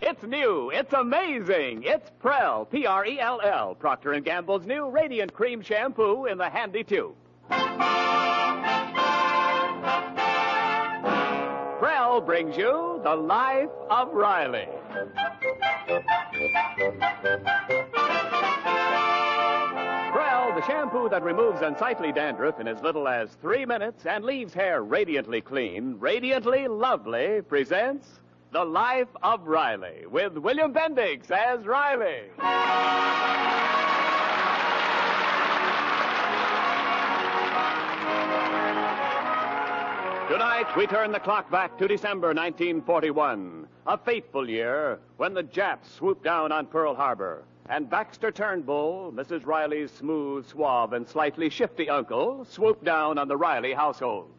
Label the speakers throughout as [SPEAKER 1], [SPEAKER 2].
[SPEAKER 1] It's new. It's amazing. It's Prell, P-R-E-L-L, E Procter & Gamble's new Radiant Cream Shampoo in the handy tube. Prell brings you The Life of Riley. Prell, the shampoo that removes unsightly dandruff in as little as three minutes and leaves hair radiantly clean, radiantly lovely, presents The Life of Riley with William Bendix as Riley. Tonight, we turn the clock back to December 1941, a fateful year when the Japs swooped down on Pearl Harbor. And Baxter Turnbull, Mrs. Riley's smooth, suave, and slightly shifty uncle, swooped down on the Riley household.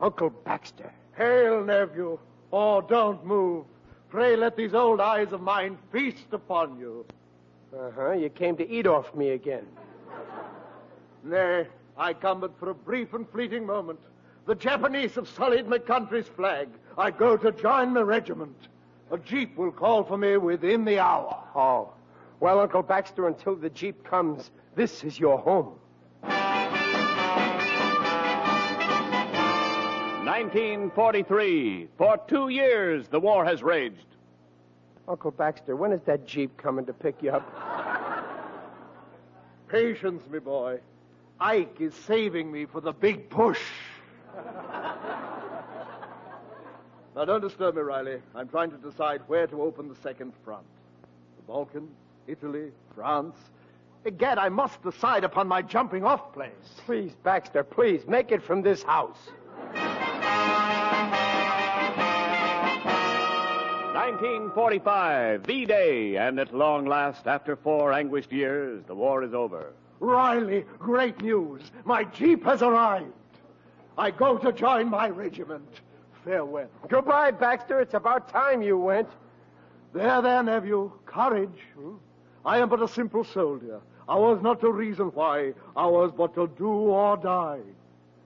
[SPEAKER 2] Uncle Baxter. Hail, nephew. Oh, don't move. Pray let these old eyes of mine feast upon you.
[SPEAKER 3] Uh huh. You came to eat off me again.
[SPEAKER 2] Nay, I come but for a brief and fleeting moment. The Japanese have sullied my country's flag. I go to join my regiment. A jeep will call for me within the hour.
[SPEAKER 3] Oh. Well, Uncle Baxter, until the Jeep comes, this is your home.
[SPEAKER 1] 1943. For two years, the war has raged.
[SPEAKER 3] Uncle Baxter, when is that Jeep coming to pick you up?
[SPEAKER 2] Patience, me boy. Ike is saving me for the big push. now, don't disturb me, Riley. I'm trying to decide where to open the second front. The Balkans, Italy, France. Egad, I must decide upon my jumping off place.
[SPEAKER 3] Please, Baxter, please, make it from this house.
[SPEAKER 1] 1945, V-Day, and at long last, after four anguished years, the war is over.
[SPEAKER 2] Riley, great news. My jeep has arrived. I go to join my regiment. Farewell.
[SPEAKER 3] Goodbye, Baxter. It's about time you went.
[SPEAKER 2] There, there, nephew. Courage. hmm? I am but a simple soldier. Ours not to reason why, ours but to do or die.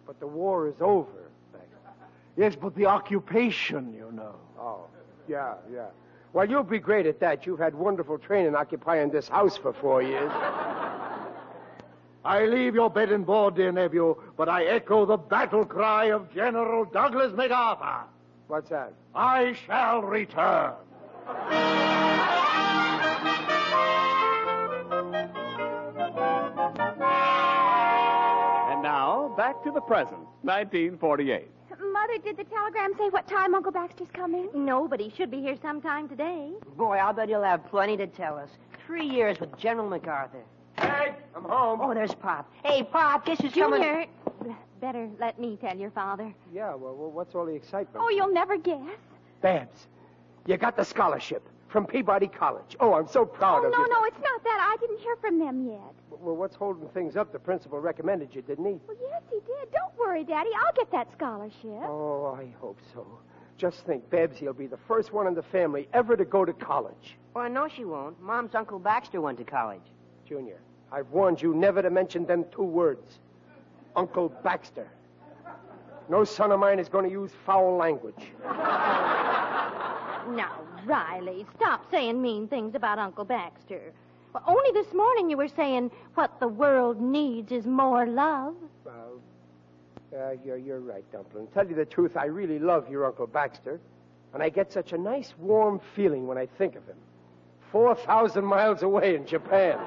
[SPEAKER 3] But the war is over, Baxter.
[SPEAKER 2] Yes, but the occupation, you know.
[SPEAKER 3] Oh, yeah, yeah. Well, you'll be great at that. You've had wonderful training occupying this house for four years.
[SPEAKER 2] I leave your bed and board, dear nephew, but I echo the battle cry of General Douglas MacArthur.
[SPEAKER 3] What's that?
[SPEAKER 2] I shall return.
[SPEAKER 1] 1945. And now, back to the present, 1948.
[SPEAKER 4] Mother, did the telegram say what time Uncle Baxter's coming? No, but he should be here sometime today.
[SPEAKER 5] Boy, I'll bet he'll have plenty to tell us. Three years with General MacArthur.
[SPEAKER 3] Hey, I'm home.
[SPEAKER 5] Oh, there's Pop. Hey, Pop, guess who's coming?
[SPEAKER 4] Junior, better let me tell your father.
[SPEAKER 3] Yeah, well, well, what's all the excitement?
[SPEAKER 4] Oh, you'll never guess.
[SPEAKER 3] Babs, you got the scholarship from Peabody College. Oh, I'm so proud
[SPEAKER 4] oh,
[SPEAKER 3] of
[SPEAKER 4] no,
[SPEAKER 3] you.
[SPEAKER 4] no, it's not that. I didn't hear from them yet.
[SPEAKER 3] Well, what's holding things up? The principal recommended you, didn't he?
[SPEAKER 4] Well, yes, he did. Don't worry, Daddy. I'll get that scholarship.
[SPEAKER 3] Oh, I hope so. Just think, Babsy will be the first one in the family ever to go to college.
[SPEAKER 5] Why, no, she won't. Mom's Uncle Baxter went to college.
[SPEAKER 3] Junior, I've warned you never to mention them two words. Uncle Baxter. No son of mine is going to use foul language.
[SPEAKER 4] Now, Riley, stop saying mean things about Uncle Baxter. Well, only this morning you were saying what the world needs is more love.
[SPEAKER 3] Well, uh, you're, you're right, Dumplin. Tell you the truth, I really love your Uncle Baxter, and I get such a nice warm feeling when I think of him. 4,000 miles away in Japan.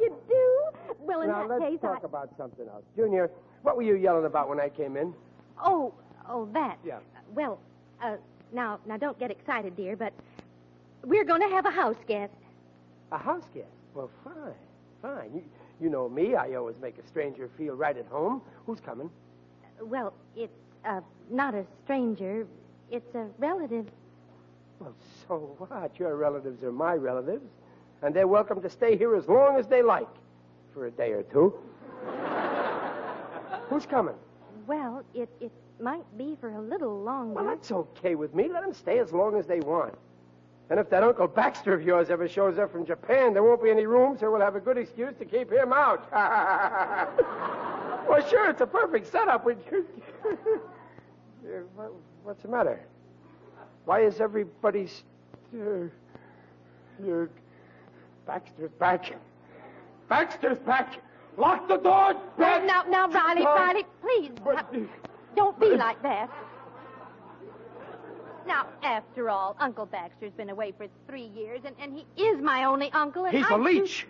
[SPEAKER 4] You do? Well, Oh, in
[SPEAKER 3] now,
[SPEAKER 4] that
[SPEAKER 3] let's
[SPEAKER 4] case,
[SPEAKER 3] talk
[SPEAKER 4] I...
[SPEAKER 3] about something else. Junior, what were you yelling about when I came in?
[SPEAKER 4] Oh, oh, that.
[SPEAKER 3] Yeah.
[SPEAKER 4] Well, uh, now, now, don't get excited, dear, but we're going to have a house guest.
[SPEAKER 3] A house guest. Well, fine, fine. You, you know me. I always make a stranger feel right at home. Who's coming?
[SPEAKER 4] Well, it's uh, not a stranger. It's a relative.
[SPEAKER 3] Well, so what? Your relatives are my relatives, and they're welcome to stay here as long as they like for a day or two. Who's coming?
[SPEAKER 4] Well, it, it might be for a little longer.
[SPEAKER 3] Well, that's okay with me. Let them stay as long as they want. And if that Uncle Baxter of yours ever shows up from Japan, there won't be any room, so we'll have a good excuse to keep him out. well, sure, it's a perfect setup. We... Yeah, what- What's the matter? Why is everybody. St- uh, uh, Baxter's back. Baxter's back. Lock the door,
[SPEAKER 4] Now,
[SPEAKER 3] Bax-
[SPEAKER 4] now, now, Riley,
[SPEAKER 3] Tom.
[SPEAKER 4] Riley, please.
[SPEAKER 3] But-
[SPEAKER 4] now, don't be like that. Now, after all, Uncle Baxter's been away for three years, and, and he is my only uncle. And
[SPEAKER 3] He's
[SPEAKER 4] a
[SPEAKER 3] a leech.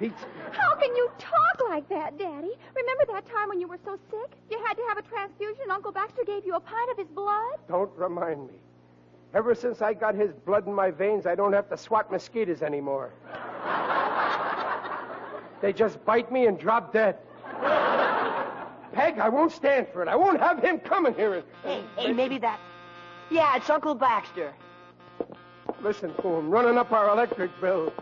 [SPEAKER 3] He's.
[SPEAKER 4] How can you talk like that, Daddy? Remember that time when you were so sick? You had to have a transfusion. Uncle Baxter gave you a pint of his blood.
[SPEAKER 3] Don't remind me. Ever since I got his blood in my veins, I don't have to swat mosquitoes anymore. they just bite me and drop dead. Peg, I won't stand for it. I won't have him coming here. and-
[SPEAKER 5] Hey, hey, maybe that. Yeah, it's Uncle Baxter.
[SPEAKER 3] Listen to him running up our electric bill.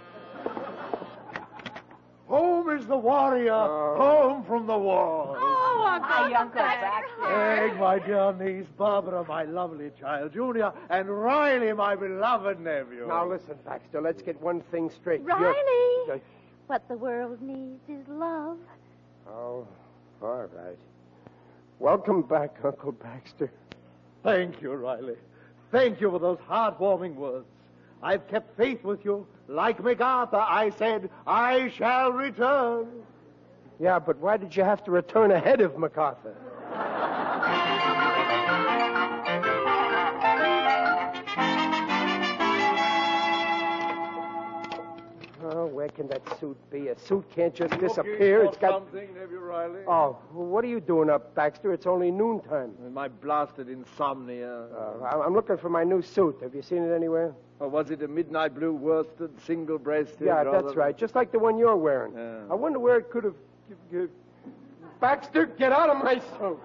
[SPEAKER 2] Home is the warrior,
[SPEAKER 3] Uh.
[SPEAKER 2] home from the war.
[SPEAKER 4] Oh, Uncle,
[SPEAKER 5] Hi,
[SPEAKER 4] Uncle
[SPEAKER 5] Uncle
[SPEAKER 4] Baxter.
[SPEAKER 2] Peg, my dear niece, Barbara, my lovely child, Junior, and Riley, my beloved nephew.
[SPEAKER 3] Now listen, Baxter, let's get one thing straight. You're-
[SPEAKER 4] Riley.
[SPEAKER 3] you're-
[SPEAKER 4] What the world needs is love.
[SPEAKER 3] Oh, all right. Welcome back, Uncle Baxter.
[SPEAKER 2] Thank you, Riley. Thank you for those heartwarming words. I've kept faith with you. Like MacArthur, I said, I shall return.
[SPEAKER 3] Yeah, but why did you have to return ahead of MacArthur? Oh, where can that suit be? A suit can't just disappear.
[SPEAKER 2] Looking
[SPEAKER 3] It's
[SPEAKER 2] for
[SPEAKER 3] got.
[SPEAKER 2] something, nephew Riley.
[SPEAKER 3] Oh, what are you doing up, Baxter? It's only noontime.
[SPEAKER 2] My blasted insomnia.
[SPEAKER 3] Uh, I- I'm looking for my new suit. Have you seen it anywhere?
[SPEAKER 2] or was it a midnight blue worsted, single breasted?
[SPEAKER 3] Yeah, that's right. Just like the one you're wearing.
[SPEAKER 2] Yeah.
[SPEAKER 3] I wonder where it could have. Baxter, get out of my suit.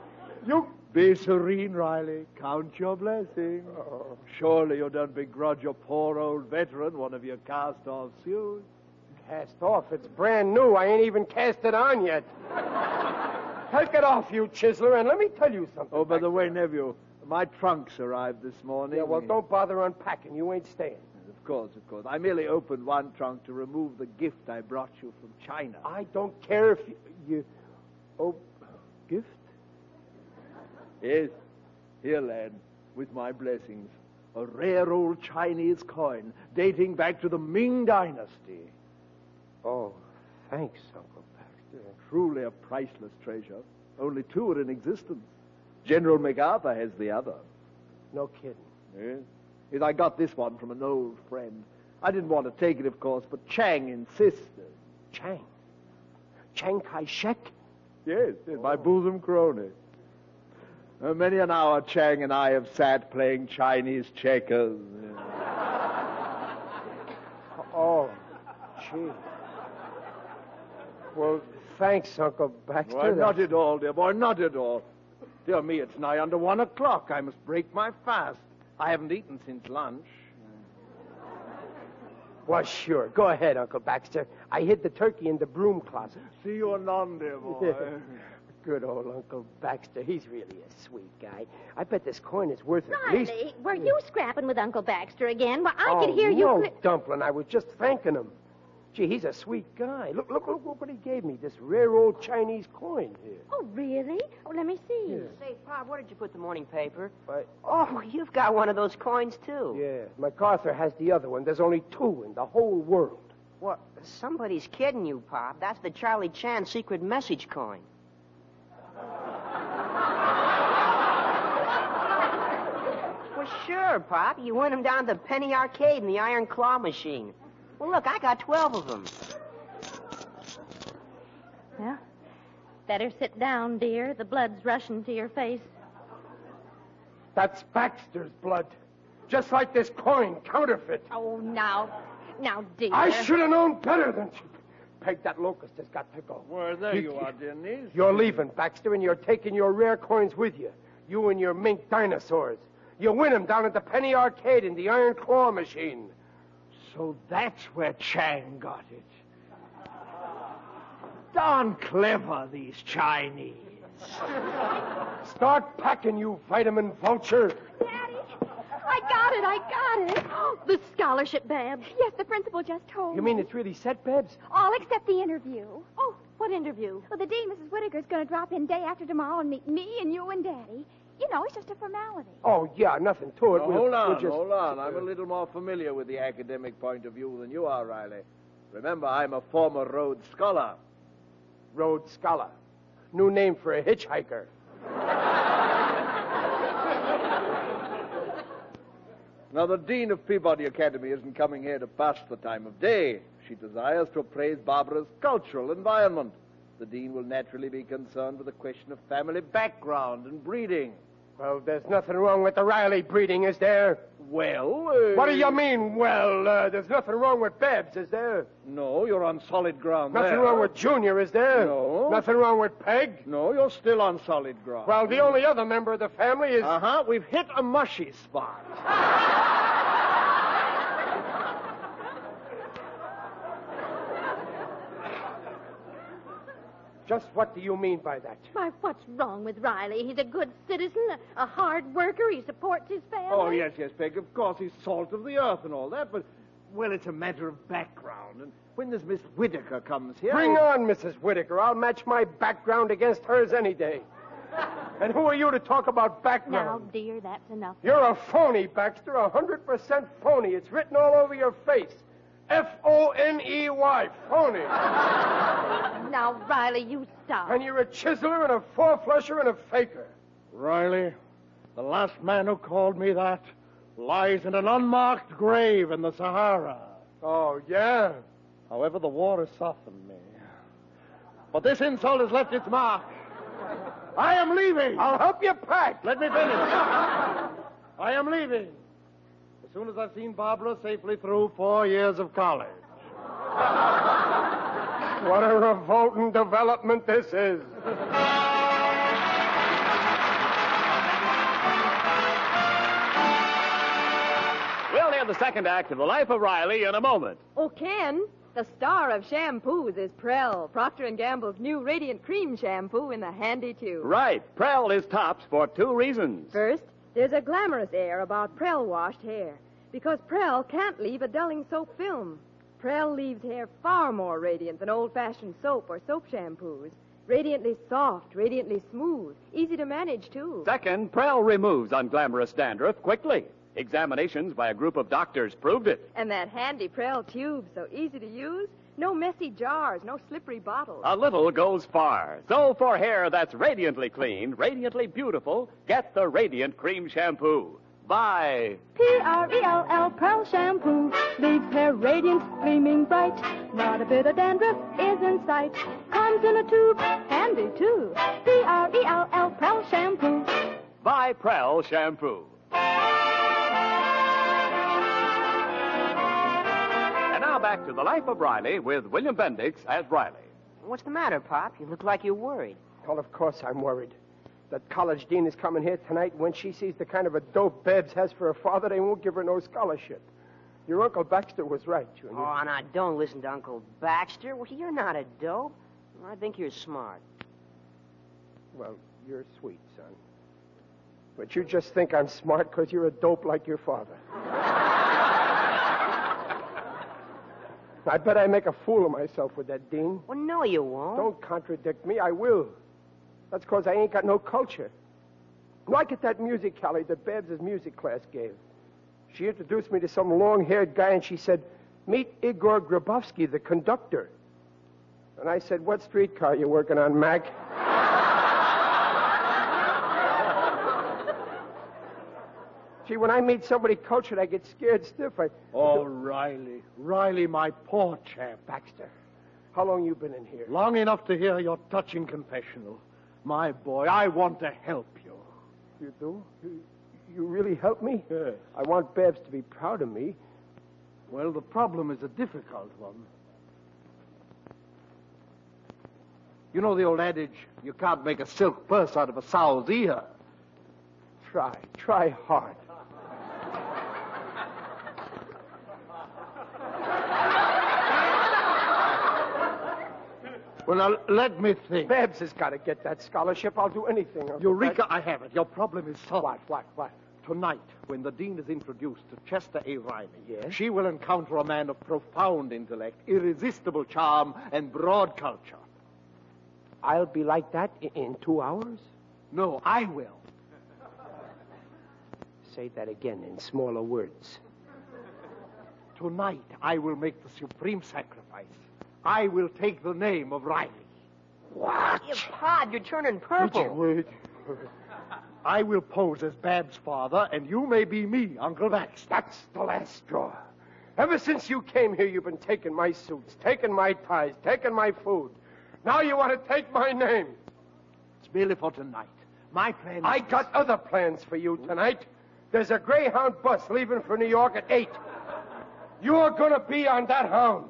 [SPEAKER 3] You
[SPEAKER 2] Be serene, Riley. Count your blessings.
[SPEAKER 3] Oh.
[SPEAKER 2] Surely you don't begrudge a poor old veteran one of your cast off suits.
[SPEAKER 3] Cast off? It's brand new. I ain't even cast it on yet. Take it off, you chiseler, and let me tell you something.
[SPEAKER 2] Oh, by the
[SPEAKER 3] Baxter.
[SPEAKER 2] way, nephew, my trunks arrived this morning.
[SPEAKER 3] Yeah, well, don't bother unpacking. You ain't staying.
[SPEAKER 2] Of course, of course. I merely opened one trunk to remove the gift I brought you from China.
[SPEAKER 3] I don't care if you. you oh, gift?
[SPEAKER 2] Yes. Here, lad, with my blessings, a rare old Chinese coin dating back to the Ming Dynasty.
[SPEAKER 3] Oh, thanks, Uncle Baxter.
[SPEAKER 2] Truly a priceless treasure. Only two are in existence. General MacArthur has the other.
[SPEAKER 3] No kidding.
[SPEAKER 2] Yes. Yes, I got this one from an old friend. I didn't want to take it, of course, but Chang insisted.
[SPEAKER 3] Chang. Chang Kai shek?
[SPEAKER 2] Yes, yes, my bosom crony. Oh. Uh, many an hour Chang and I have sat playing Chinese checkers.
[SPEAKER 3] Oh, gee. Well, thanks, Uncle Baxter.
[SPEAKER 2] Why, not at all, dear boy, not at all. Dear me, it's nigh under one o'clock. I must break my fast. I haven't eaten since lunch.
[SPEAKER 3] Well, sure. Go ahead, Uncle Baxter. I hid the turkey in the broom closet.
[SPEAKER 2] See you anon, dear boy.
[SPEAKER 3] Good old Uncle Baxter. He's really a sweet guy. I bet this coin is worth at least.
[SPEAKER 4] Riley, were you scrapping with Uncle Baxter again? Well, I
[SPEAKER 3] oh,
[SPEAKER 4] could hear
[SPEAKER 3] no,
[SPEAKER 4] you. cl-
[SPEAKER 3] Dumplin'. I was just thanking him. Gee, he's a sweet guy. Look, look, look, look what he gave me. This rare old Chinese coin here.
[SPEAKER 4] Oh, really? Oh, let me see.
[SPEAKER 5] Say, Pop, where did you put the morning paper?
[SPEAKER 3] But
[SPEAKER 5] Oh, you've got one of those coins, too.
[SPEAKER 3] yeah, MacArthur has the other one. There's only two in the whole world.
[SPEAKER 5] What? Somebody's kidding you, Pop. That's the Charlie Chan secret message coin. well, sure, Pop. You win them down to the Penny Arcade in the Iron Claw machine. Well, look, I got 12 of them.
[SPEAKER 4] Yeah. Better sit down, dear. The blood's rushing to your face.
[SPEAKER 3] That's Baxter's blood. Just like this coin, counterfeit.
[SPEAKER 4] Oh, now, now, dear.
[SPEAKER 3] I should have known better than to. Peg, that locust has got to go.
[SPEAKER 2] Well, there you are, dear niece.
[SPEAKER 3] You're leaving, Baxter, and you're taking your rare coins with you. You and your mink dinosaurs. You win 'em down at the Penny Arcade in the Iron Claw machine.
[SPEAKER 2] So that's where Chang got it. Darn clever, these Chinese.
[SPEAKER 3] Start packing, you vitamin vulture.
[SPEAKER 4] Daddy, I got it. I got it. The scholarship, Babs.
[SPEAKER 6] Yes, the principal just told
[SPEAKER 3] You mean it's really set, Babs?
[SPEAKER 6] all except the interview.
[SPEAKER 4] Oh, what interview?
[SPEAKER 6] Well, the dean, Mrs. Whittaker, is going to drop in day after tomorrow and meet me and you and Daddy. You know, it's just a formality.
[SPEAKER 3] Oh, yeah, nothing to it.
[SPEAKER 2] Now,
[SPEAKER 3] We'll-
[SPEAKER 2] hold on,
[SPEAKER 3] we'll just-
[SPEAKER 2] hold on. I'm a little more familiar with the academic point of view than you are, Riley. Remember, I'm a former Rhodes Scholar.
[SPEAKER 3] Rhodes Scholar. New name for a hitchhiker.
[SPEAKER 2] Now, the Dean of Peabody Academy isn't coming here to pass the time of day. She desires to appraise Barbara's cultural environment. The Dean will naturally be concerned with the question of family background and breeding.
[SPEAKER 3] Well, there's nothing wrong with the Riley breeding, is there?
[SPEAKER 2] Well, uh,
[SPEAKER 3] What do you mean, well, uh, there's nothing wrong with Babs, is there?
[SPEAKER 2] No, you're on solid ground.
[SPEAKER 3] Nothing
[SPEAKER 2] there.
[SPEAKER 3] wrong with Junior, is there?
[SPEAKER 2] No.
[SPEAKER 3] Nothing wrong with Peg?
[SPEAKER 2] No, you're still on solid ground.
[SPEAKER 3] Well, the only other member of the family is.
[SPEAKER 2] Uh huh. We've hit a mushy spot.
[SPEAKER 3] Just what do you mean by that?
[SPEAKER 4] Why, what's wrong with Riley? He's a good citizen, a, a hard worker. He supports his family.
[SPEAKER 2] Oh, yes, yes, Peg. Of course, he's salt of the earth and all that, but, well, it's a matter of background. And when this Miss Whittaker comes here.
[SPEAKER 3] Bring on Mrs. Whittaker. I'll match my background against hers any day. and who are you to talk about
[SPEAKER 4] Now,
[SPEAKER 3] background?
[SPEAKER 4] dear, that's enough.
[SPEAKER 3] You're a phony, Baxter. A hundred percent phony. It's written all over your face. F O N E Y. Phony.
[SPEAKER 4] Now, Riley, you stop.
[SPEAKER 3] and you're a chiseler and a four flusher and a faker.
[SPEAKER 2] Riley, the last man who called me that lies in an unmarked grave in the Sahara.
[SPEAKER 3] Oh, yeah.
[SPEAKER 2] However, the war has softened me. But this insult has left its mark. I am leaving.
[SPEAKER 3] I'll help you pack.
[SPEAKER 2] Let me finish. I am leaving. As soon as I've seen Barbara safely through four years of college.
[SPEAKER 3] What a revolting development this is.
[SPEAKER 1] We'll hear the second act of The Life of Riley in a moment.
[SPEAKER 7] Oh, Ken, the star of shampoos is Prel, Procter & Gamble's new Radiant Cream Shampoo in the handy tube.
[SPEAKER 1] Right. Prel is tops for two reasons.
[SPEAKER 7] First, there's a glamorous air about Prel washed hair, because Prel can't leave a dulling soap film. Prel leaves hair far more radiant than old-fashioned soap or soap shampoos. Radiantly soft, radiantly smooth, easy to manage, too.
[SPEAKER 1] Second, Prel removes unglamorous dandruff quickly. Examinations by a group of doctors proved it.
[SPEAKER 7] And that handy Prel tube, so easy to use. No messy jars, no slippery bottles.
[SPEAKER 1] A little goes far. So for hair that's radiantly clean, radiantly beautiful, get the Radiant Cream Shampoo. Buy
[SPEAKER 7] P R E L L Pearl Shampoo leaves hair radiant, gleaming bright. Not a bit of dandruff is in sight. Comes in a tube, handy too. P R E L L Pearl Shampoo.
[SPEAKER 1] Buy Prel Shampoo. And now back to the life of Riley with William Bendix as Riley.
[SPEAKER 5] What's the matter, Pop? You look like you're worried.
[SPEAKER 3] Well, of course I'm worried. That college dean is coming here tonight. When she sees the kind of a dope Babs has for her father, they won't give her no scholarship. Your Uncle Baxter was right, Junior.
[SPEAKER 5] Oh, now don't listen to Uncle Baxter. Well, you're not a dope. I think you're smart.
[SPEAKER 3] Well, you're sweet, son. But you just think I'm smart because you're a dope like your father. I bet I make a fool of myself with that dean.
[SPEAKER 5] Well, no, you won't.
[SPEAKER 3] Don't contradict me. I will. That's because I ain't got no culture. Look at that music, Callie, that Babs' music class gave. She introduced me to some long haired guy and she said, Meet Igor Grabowski, the conductor. And I said, What streetcar you working on, Mac? Gee, when I meet somebody cultured, I get scared stiff. I,
[SPEAKER 2] Oh, Riley. Riley, my poor chap.
[SPEAKER 3] Baxter, how long you been in here?
[SPEAKER 2] Long enough to hear your touching confessional. My boy, I want to help you.
[SPEAKER 3] You do? You, you really help me?
[SPEAKER 2] Yes.
[SPEAKER 3] I want Babs to be proud of me.
[SPEAKER 2] Well, the problem is a difficult one. You know the old adage, you can't make a silk purse out of a sow's ear.
[SPEAKER 3] Try, try hard.
[SPEAKER 2] Well, now, let me think.
[SPEAKER 3] Babs has got to get that scholarship. I'll do anything. Uncle
[SPEAKER 2] Eureka,
[SPEAKER 3] Baxter.
[SPEAKER 2] I have it. Your problem is solved.
[SPEAKER 3] What, what, what?
[SPEAKER 2] Tonight, when the dean is introduced to Chester A. Riley,
[SPEAKER 3] Yes?
[SPEAKER 2] she will encounter a man of profound intellect, irresistible charm, and broad culture.
[SPEAKER 3] I'll be like that in, in two hours?
[SPEAKER 2] No, I will.
[SPEAKER 3] Say that again in smaller words.
[SPEAKER 2] Tonight, I will make the supreme sacrifice. I will take the name of Riley.
[SPEAKER 3] What?
[SPEAKER 5] You pod, you're turning purple.
[SPEAKER 2] Wait. I will pose as Bab's father, and you may be me, Uncle Baxter.
[SPEAKER 3] That's the last straw. Ever since you came here, you've been taking my suits, taking my ties, taking my food. Now you want to take my name.
[SPEAKER 2] It's merely for tonight. My friend.
[SPEAKER 3] I got other plans for you tonight. There's a Greyhound bus leaving for New York at 8. You're going to be on that hound.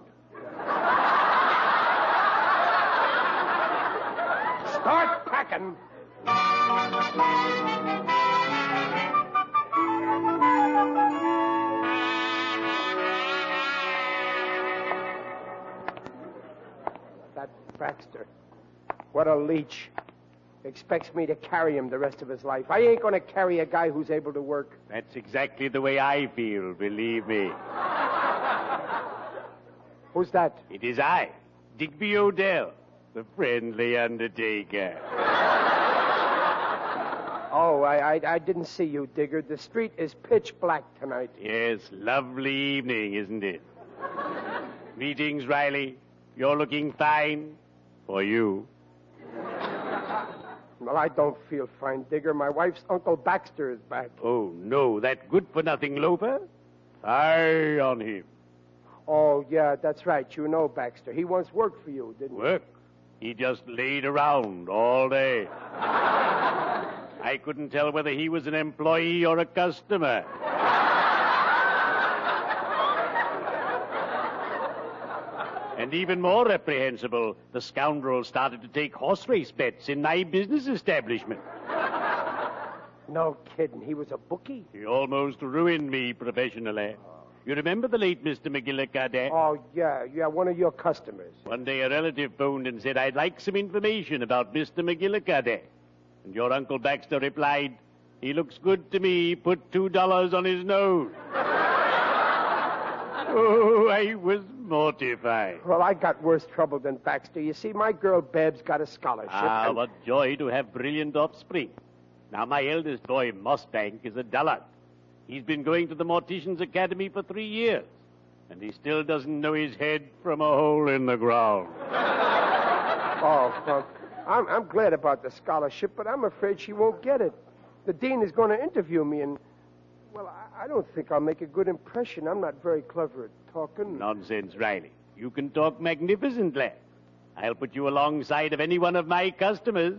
[SPEAKER 3] Start packing. That Baxter. What a leech. Expects me to carry him the rest of his life. I ain't going to carry a guy who's able to work.
[SPEAKER 8] That's exactly the way I feel, believe me.
[SPEAKER 3] Who's that?
[SPEAKER 8] It is I, Digby Odell, the friendly undertaker.
[SPEAKER 3] Oh, I, I, I didn't see you, Digger. The street is pitch black tonight.
[SPEAKER 8] Yes, lovely evening, isn't it? Greetings, Riley. You're looking fine. For you.
[SPEAKER 3] Well, I don't feel fine, Digger. My wife's Uncle Baxter is back.
[SPEAKER 8] Oh, no, that good for nothing loafer? Eye on him.
[SPEAKER 3] Oh, yeah, that's right. You know Baxter. He once worked for you, didn't
[SPEAKER 8] Work. He just laid around all day. I couldn't tell whether he was an employee or a customer. and even more reprehensible, the scoundrel started to take horse race bets in my business establishment.
[SPEAKER 3] he? No kidding. He was a bookie?
[SPEAKER 8] He almost ruined me professionally. You remember the late Mr. McGillicuddy?
[SPEAKER 3] Oh, yeah, yeah, one of your customers.
[SPEAKER 8] One day a relative phoned and said, I'd like some information about Mr. McGillicuddy. And your Uncle Baxter replied, He looks good to me. Put two dollars on his nose. oh, I was mortified.
[SPEAKER 3] Well, I got worse trouble than Baxter. You see, my girl Babs got a scholarship.
[SPEAKER 8] Ah,
[SPEAKER 3] and-
[SPEAKER 8] what joy to have brilliant offspring. Now, my eldest boy, Mustang, is a dullard. He's been going to the Mortician's Academy for three years, and he still doesn't know his head from a hole in the ground.
[SPEAKER 3] Oh, well, I'm, I'm glad about the scholarship, but I'm afraid she won't get it. The dean is going to interview me, and, well, I, I don't think I'll make a good impression. I'm not very clever at talking.
[SPEAKER 8] Nonsense, Riley. You can talk magnificently. I'll put you alongside of any one of my customers.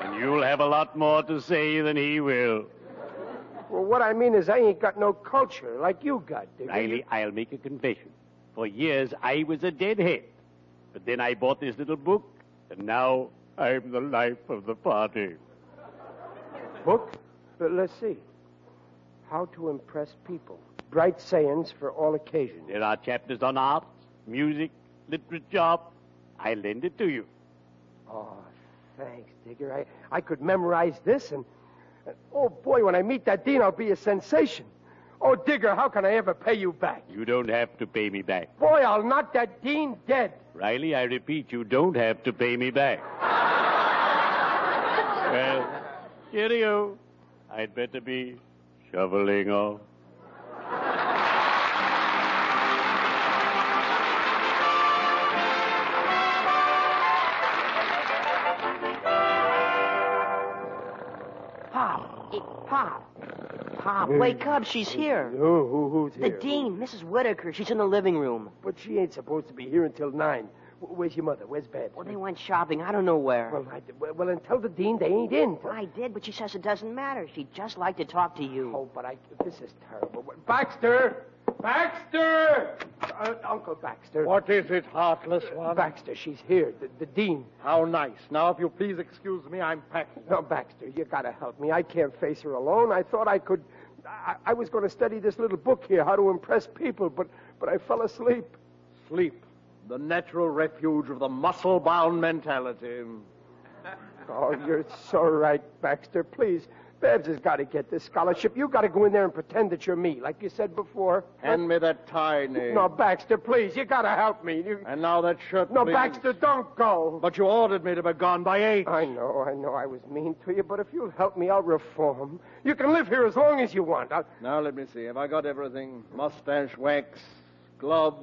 [SPEAKER 8] and you'll have a lot more to say than he will.
[SPEAKER 3] Well, what I mean is, I ain't got no culture like you got, Digger.
[SPEAKER 8] Riley, I'll make a confession. For years, I was a deadhead. But then I bought this little book, and now I'm the life of the party.
[SPEAKER 3] Book? But let's see. How to Impress People. Bright sayings for all occasions.
[SPEAKER 8] There are chapters on arts, music, literature. I'll lend it to you.
[SPEAKER 3] Oh, thanks, Digger. I, I could memorize this and, and. Oh, boy, when I meet that dean, I'll be a sensation. Oh, Digger, how can I ever pay you back?
[SPEAKER 8] You don't have to pay me back.
[SPEAKER 3] Boy, I'll knock that dean dead.
[SPEAKER 8] Riley, I repeat, you don't have to pay me back. well, cheerio. I'd better be shoveling off.
[SPEAKER 5] Pop, it, Pop, Pop, wake up. She's here.
[SPEAKER 3] Who, who, who's
[SPEAKER 5] The
[SPEAKER 3] here?
[SPEAKER 5] dean, Mrs. Whitaker, she's in the living room.
[SPEAKER 3] But she ain't supposed to be here until nine. W- Where's your mother? Where's Babs?
[SPEAKER 5] Well, they went shopping. I don't know where.
[SPEAKER 3] Well, I, well, and tell the dean they ain't in.
[SPEAKER 5] I did, but she says it doesn't matter. She'd just like to talk to you.
[SPEAKER 3] Oh, but I. This is terrible. What- Baxter! Baxter! Uh, Uncle Baxter.
[SPEAKER 2] What is it, heartless one?
[SPEAKER 3] Baxter, she's here. The, the dean.
[SPEAKER 2] How nice. Now, if you please excuse me, I'm packing.
[SPEAKER 3] No, Baxter, you gotta help me. I can't face her alone. I thought I could. I, I was going to study this little book here, How to Impress People, but but I fell asleep.
[SPEAKER 2] Sleep, the natural refuge of the muscle bound mentality.
[SPEAKER 3] Oh, you're so right, Baxter. Please, Babs has got to get this scholarship. You got to go in there and pretend that you're me, like you said before.
[SPEAKER 2] Hand me that tie, Nate.
[SPEAKER 3] No, Baxter, please, you got to help me. You...
[SPEAKER 2] And now that shirt.
[SPEAKER 3] No,
[SPEAKER 2] please.
[SPEAKER 3] Baxter, don't go.
[SPEAKER 2] But you ordered me to be gone by eight.
[SPEAKER 3] I know, I know I was mean to you, but if you'll help me, I'll reform. You can live here as long as you want. I'll...
[SPEAKER 2] Now let me see. Have I got everything? Mustache wax, gloves,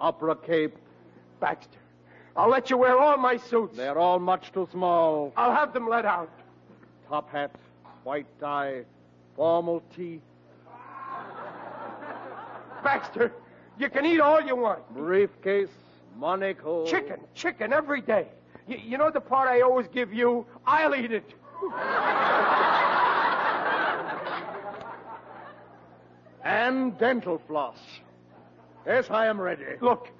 [SPEAKER 2] opera cape.
[SPEAKER 3] Baxter, I'll let you wear all my suits.
[SPEAKER 2] They're all much too small.
[SPEAKER 3] I'll have them let out.
[SPEAKER 2] Top hat, white tie, formal tee.
[SPEAKER 3] Baxter, you can eat all you want.
[SPEAKER 2] Briefcase, monocle.
[SPEAKER 3] Chicken, chicken every day. You, you know the part I always give you? I'll eat it.
[SPEAKER 2] And dental floss. Yes, I am ready.
[SPEAKER 3] Look,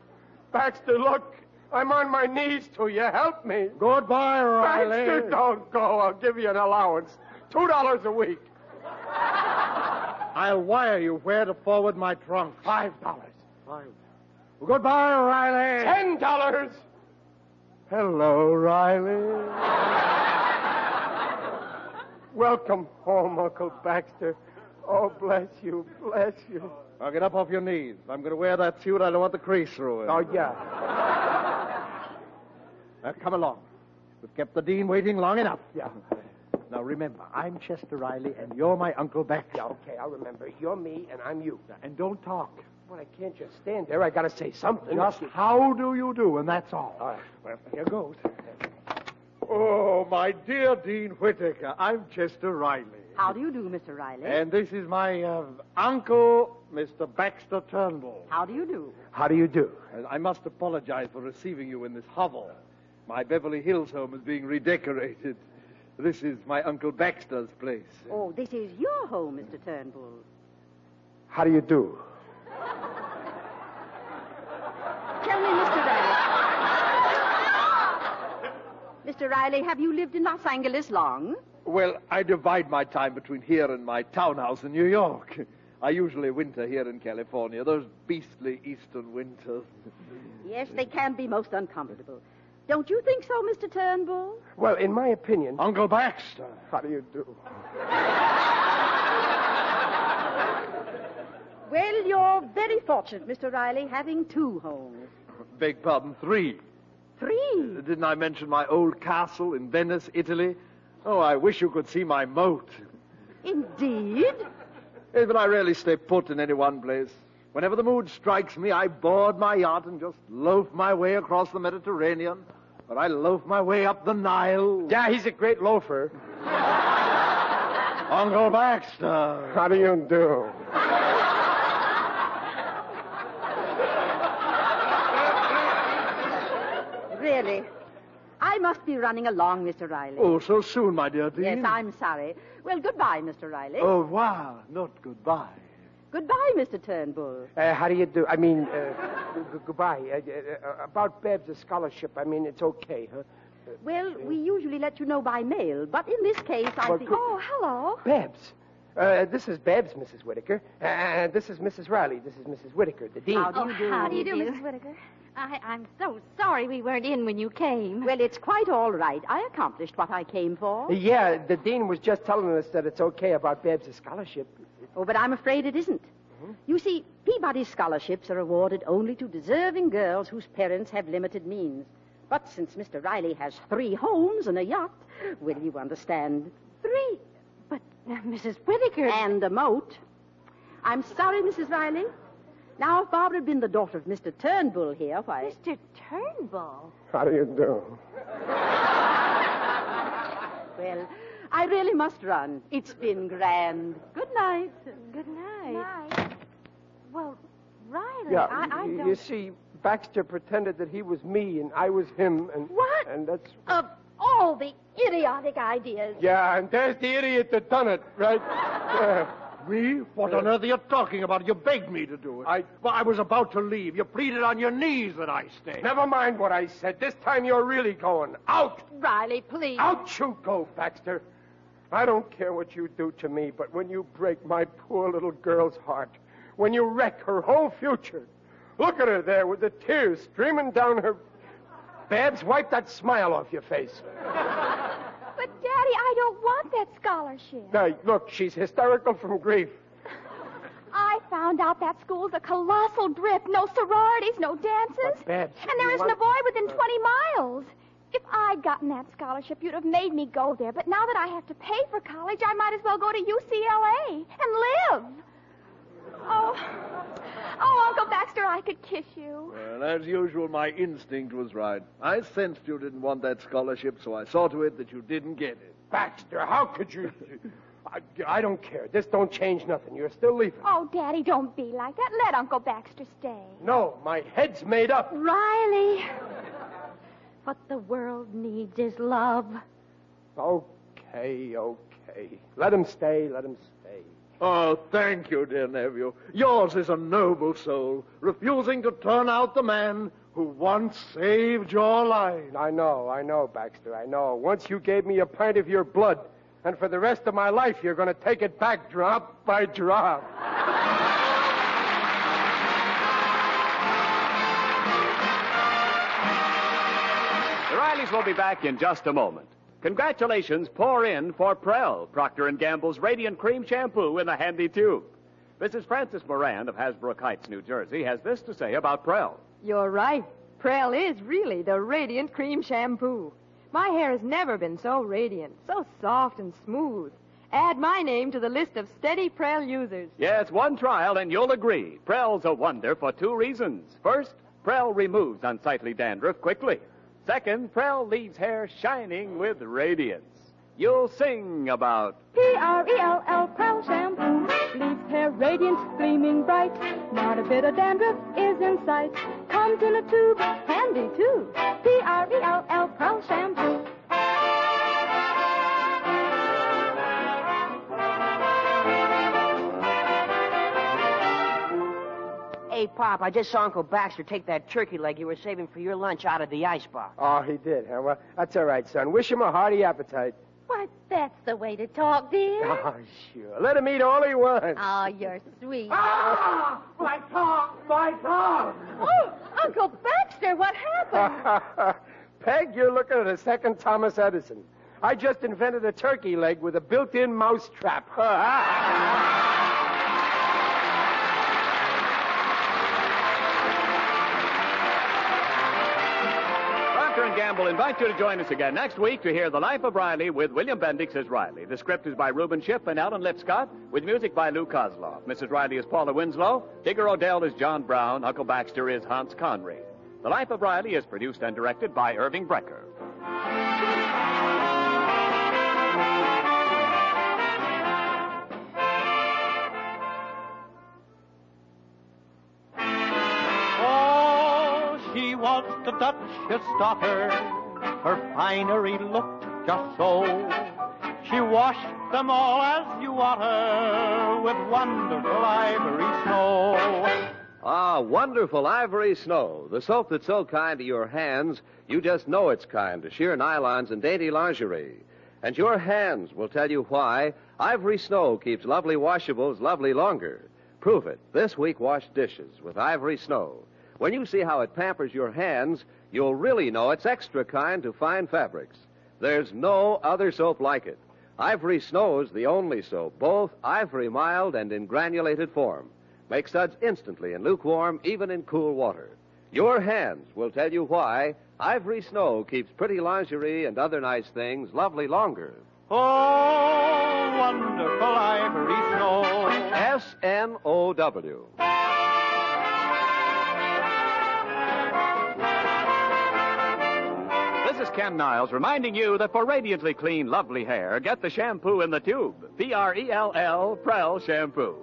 [SPEAKER 3] Baxter, look. I'm on my knees to you. Help me.
[SPEAKER 2] Goodbye, Riley.
[SPEAKER 3] Baxter, don't go. I'll give you an allowance. Two dollars a week.
[SPEAKER 2] I'll wire you where to forward my trunk.
[SPEAKER 3] Five dollars.
[SPEAKER 2] Five. Well, goodbye, Riley.
[SPEAKER 3] Ten dollars.
[SPEAKER 2] Hello, Riley.
[SPEAKER 3] Welcome home, Uncle Baxter. Oh, bless you, bless you.
[SPEAKER 2] Now get up off your knees. I'm going to wear that suit. I don't want the crease through it.
[SPEAKER 3] Oh, yeah,
[SPEAKER 2] Now, come along. We've kept the dean waiting long enough.
[SPEAKER 3] yeah.
[SPEAKER 2] Now remember, I'm Chester Riley, and you're my Uncle Baxter.
[SPEAKER 3] Yeah, okay, I'll remember. You're me, and I'm you.
[SPEAKER 2] And don't talk.
[SPEAKER 3] But I can't just stand there. I gotta say something.
[SPEAKER 2] Just how do you do, and that's all.
[SPEAKER 3] All right.
[SPEAKER 2] Well, here goes. Oh, my dear Dean Whitaker, I'm Chester Riley.
[SPEAKER 5] How do you do, Mr. Riley?
[SPEAKER 2] And this is my uh, uncle, Mr. Baxter Turnbull.
[SPEAKER 5] How do you do?
[SPEAKER 3] How do you do?
[SPEAKER 2] And I must apologize for receiving you in this hovel. My Beverly Hills home is being redecorated. This is my Uncle Baxter's place.
[SPEAKER 5] Oh, this is your home, Mr. Turnbull.
[SPEAKER 3] How do you do?
[SPEAKER 5] Tell me, Mr. Riley. Mr. Riley, have you lived in Los Angeles long?
[SPEAKER 2] Well, I divide my time between here and my townhouse in New York. I usually winter here in California, those beastly eastern winters.
[SPEAKER 5] Yes, they can be most uncomfortable. Don't you think so, Mr. Turnbull?
[SPEAKER 3] Well, in my opinion,
[SPEAKER 2] Uncle Baxter.
[SPEAKER 3] how do you do?
[SPEAKER 5] Well, you're very fortunate, Mr. Riley, having two homes.
[SPEAKER 2] Beg pardon, three. Uh,
[SPEAKER 5] Three.
[SPEAKER 2] Didn't I mention my old castle in Venice, Italy? Oh, I wish you could see my moat.
[SPEAKER 5] Indeed.
[SPEAKER 2] Yes, but I rarely stay put in any one place. Whenever the mood strikes me, I board my yacht and just loaf my way across the Mediterranean, or I loaf my way up the Nile.
[SPEAKER 3] Yeah, he's a great loafer.
[SPEAKER 2] Uncle Baxter.
[SPEAKER 3] How do you do?
[SPEAKER 5] Really. I must be running along, Mr. Riley.
[SPEAKER 2] Oh, so soon, my dear Dean.
[SPEAKER 5] Yes, I'm sorry. Well, goodbye, Mr. Riley.
[SPEAKER 2] Au revoir, not goodbye.
[SPEAKER 5] Goodbye, Mr. Turnbull.
[SPEAKER 3] Uh, how do you do? I mean, uh, g- g- goodbye. Uh, uh, about Babs' scholarship, I mean, it's okay, huh?
[SPEAKER 5] Well, we usually let you know by mail, but in this case, I
[SPEAKER 3] Well,
[SPEAKER 5] think.
[SPEAKER 3] good-
[SPEAKER 6] Oh, hello.
[SPEAKER 3] Babs. Uh, this is Babs, Mrs. Whitaker. And this is Mrs. Riley. This is Mrs. Whitaker, the dean.
[SPEAKER 5] How do
[SPEAKER 4] Oh,
[SPEAKER 5] you do?
[SPEAKER 4] how do
[SPEAKER 6] You
[SPEAKER 4] you
[SPEAKER 6] do,
[SPEAKER 4] do?
[SPEAKER 6] Mrs. Whittaker.
[SPEAKER 4] I, I'm so sorry we weren't in when you came.
[SPEAKER 5] Well, it's quite all right. I accomplished what I came for.
[SPEAKER 3] Uh, Yeah, the dean was just telling us that it's okay about Babs' scholarship.
[SPEAKER 5] Oh, but I'm afraid it isn't. You see, Peabody scholarships are awarded only to deserving girls whose parents have limited means. But since Mr. Riley has three homes and a yacht, will you understand?
[SPEAKER 4] three. But uh, Mrs. Whittaker.
[SPEAKER 5] And a moat. I'm sorry, Mrs. Riley. Now, if Barbara had been the daughter of Mr. Turnbull here, why.
[SPEAKER 4] Mr. Turnbull.
[SPEAKER 3] How do you do?
[SPEAKER 5] Well, I really must run. It's been grand. Good night.
[SPEAKER 4] Good night.
[SPEAKER 6] Nice.
[SPEAKER 4] Well, Riley,
[SPEAKER 3] Yeah,
[SPEAKER 4] I, I
[SPEAKER 3] y-
[SPEAKER 4] don't.
[SPEAKER 3] you see, Baxter pretended that he was me and I was him, and
[SPEAKER 4] What?
[SPEAKER 3] And that's
[SPEAKER 4] Of all the idiotic ideas.
[SPEAKER 3] yeah, and there's the idiot that done it, right? Uh, Yeah.
[SPEAKER 2] Me? What on earth are you talking about? You begged me to do it. I... Well, I was about to leave. You pleaded on your knees that I stay.
[SPEAKER 3] Never mind what I said. This time you're really going out.
[SPEAKER 4] Riley, please.
[SPEAKER 3] Out you go, Baxter. I don't care what you do to me, but when you break my poor little girl's heart, when you wreck her whole future, look at her there with the tears streaming down her. Babs, wipe that smile off your face.
[SPEAKER 6] But, Dad, Daddy, I don't want that scholarship.
[SPEAKER 3] Now, look, she's hysterical from grief.
[SPEAKER 6] I found out that school's a colossal drift. No sororities, no dances.
[SPEAKER 3] But, Babs,
[SPEAKER 6] and there
[SPEAKER 3] you
[SPEAKER 6] isn't a
[SPEAKER 3] want-
[SPEAKER 6] boy within 20 miles. If I'd gotten that scholarship, you'd have made me go there. But now that I have to pay for college, I might as well go to UCLA and live. Oh, oh, Uncle Baxter, I could kiss you.
[SPEAKER 2] Well, as usual, my instinct was right. I sensed you didn't want that scholarship, so I saw to it that you didn't get it.
[SPEAKER 3] Baxter, how could you? I, I don't care. This don't change nothing. You're still leaving.
[SPEAKER 6] Oh, Daddy, don't be like that. Let Uncle Baxter stay.
[SPEAKER 3] No, my head's made up.
[SPEAKER 4] Riley, what the world needs is love.
[SPEAKER 3] Okay, okay. Let him stay, let him stay.
[SPEAKER 2] Oh, thank you, dear nephew. Yours is a noble soul, refusing to turn out the man who once saved your life.
[SPEAKER 3] I know, I know, Baxter, I know. Once you gave me a pint of your blood, and for the rest of my life, you're going to take it back drop by drop.
[SPEAKER 1] The Rileys will be back in just a moment. Congratulations pour in for Prell, Procter & Gamble's Radiant Cream Shampoo in a handy tube. Mrs. Frances Moran of Hasbrook Heights, New Jersey, has this to say about Prell.
[SPEAKER 7] You're right. Prel is really the radiant cream shampoo. My hair has never been so radiant, so soft and smooth. Add my name to the list of steady Prel users.
[SPEAKER 1] Yes, one trial, and you'll agree. Prell's a wonder for two reasons. First, Prell removes unsightly dandruff quickly. Second, Prell leaves hair shining with radiance. You'll sing about
[SPEAKER 9] E P-R-E-L-L, Prel shampoo. Leaves hair radiant, gleaming bright. Not a bit of dandruff is in sight. Comes in a tube, handy too. E P-R-E-L-L, Prel shampoo.
[SPEAKER 10] Hey, Pop, I just saw Uncle Baxter take that turkey leg you were saving for your lunch out of the icebox.
[SPEAKER 3] Oh, he did, huh? Well, that's all right, son. Wish him a hearty appetite.
[SPEAKER 4] Why, that's the way to talk, dear.
[SPEAKER 3] Oh, sure. Let him eat all he wants.
[SPEAKER 4] Oh, you're sweet.
[SPEAKER 2] Ah! My tongue! My tongue!
[SPEAKER 4] Oh, Uncle Baxter, what happened?
[SPEAKER 3] Peg, you're looking at a second Thomas Edison. I just invented a turkey leg with a built-in mouse trap.
[SPEAKER 1] Procter & Gamble invite you to join us again next week to hear The Life of Riley with William Bendix as Riley. The script is by Reuben Ship and Alan Lipscott, with music by Lou Kozloff. Mrs. Riley is Paula Winslow. Digger Odell is John Brown. Uncle Baxter is Hans Conry. The Life of Riley is produced and directed by Irving Brecker.
[SPEAKER 11] Oh, she was the Duchess daughter. Her finery looked just so. She washed them all as you ought her with wonderful ivory snow.
[SPEAKER 12] Ah, wonderful ivory snow. The soap that's so kind to your hands, you just know it's kind to sheer nylons and dainty lingerie. And your hands will tell you why ivory snow keeps lovely washables lovely longer. Prove it. This week, wash dishes with ivory snow. When you see how it pampers your hands, you'll really know it's extra kind to fine fabrics. There's no other soap like it. Ivory Snow is the only soap, both ivory mild and in granulated form. Make suds instantly in lukewarm, even in cool water. Your hands will tell you why Ivory Snow keeps pretty lingerie and other nice things lovely longer.
[SPEAKER 11] Oh, wonderful ivory snow.
[SPEAKER 12] S N O W.
[SPEAKER 1] This is Ken Niles reminding you that for radiantly clean, lovely hair, get the shampoo in the tube. P R E L L, Prell Shampoo.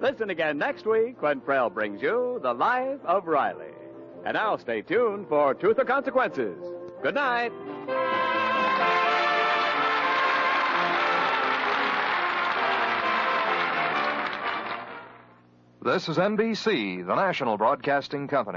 [SPEAKER 1] Listen again next week when Prell brings you The Life of Riley. And now stay tuned for Truth or Consequences. Good night.
[SPEAKER 13] This is NBC, the national broadcasting company.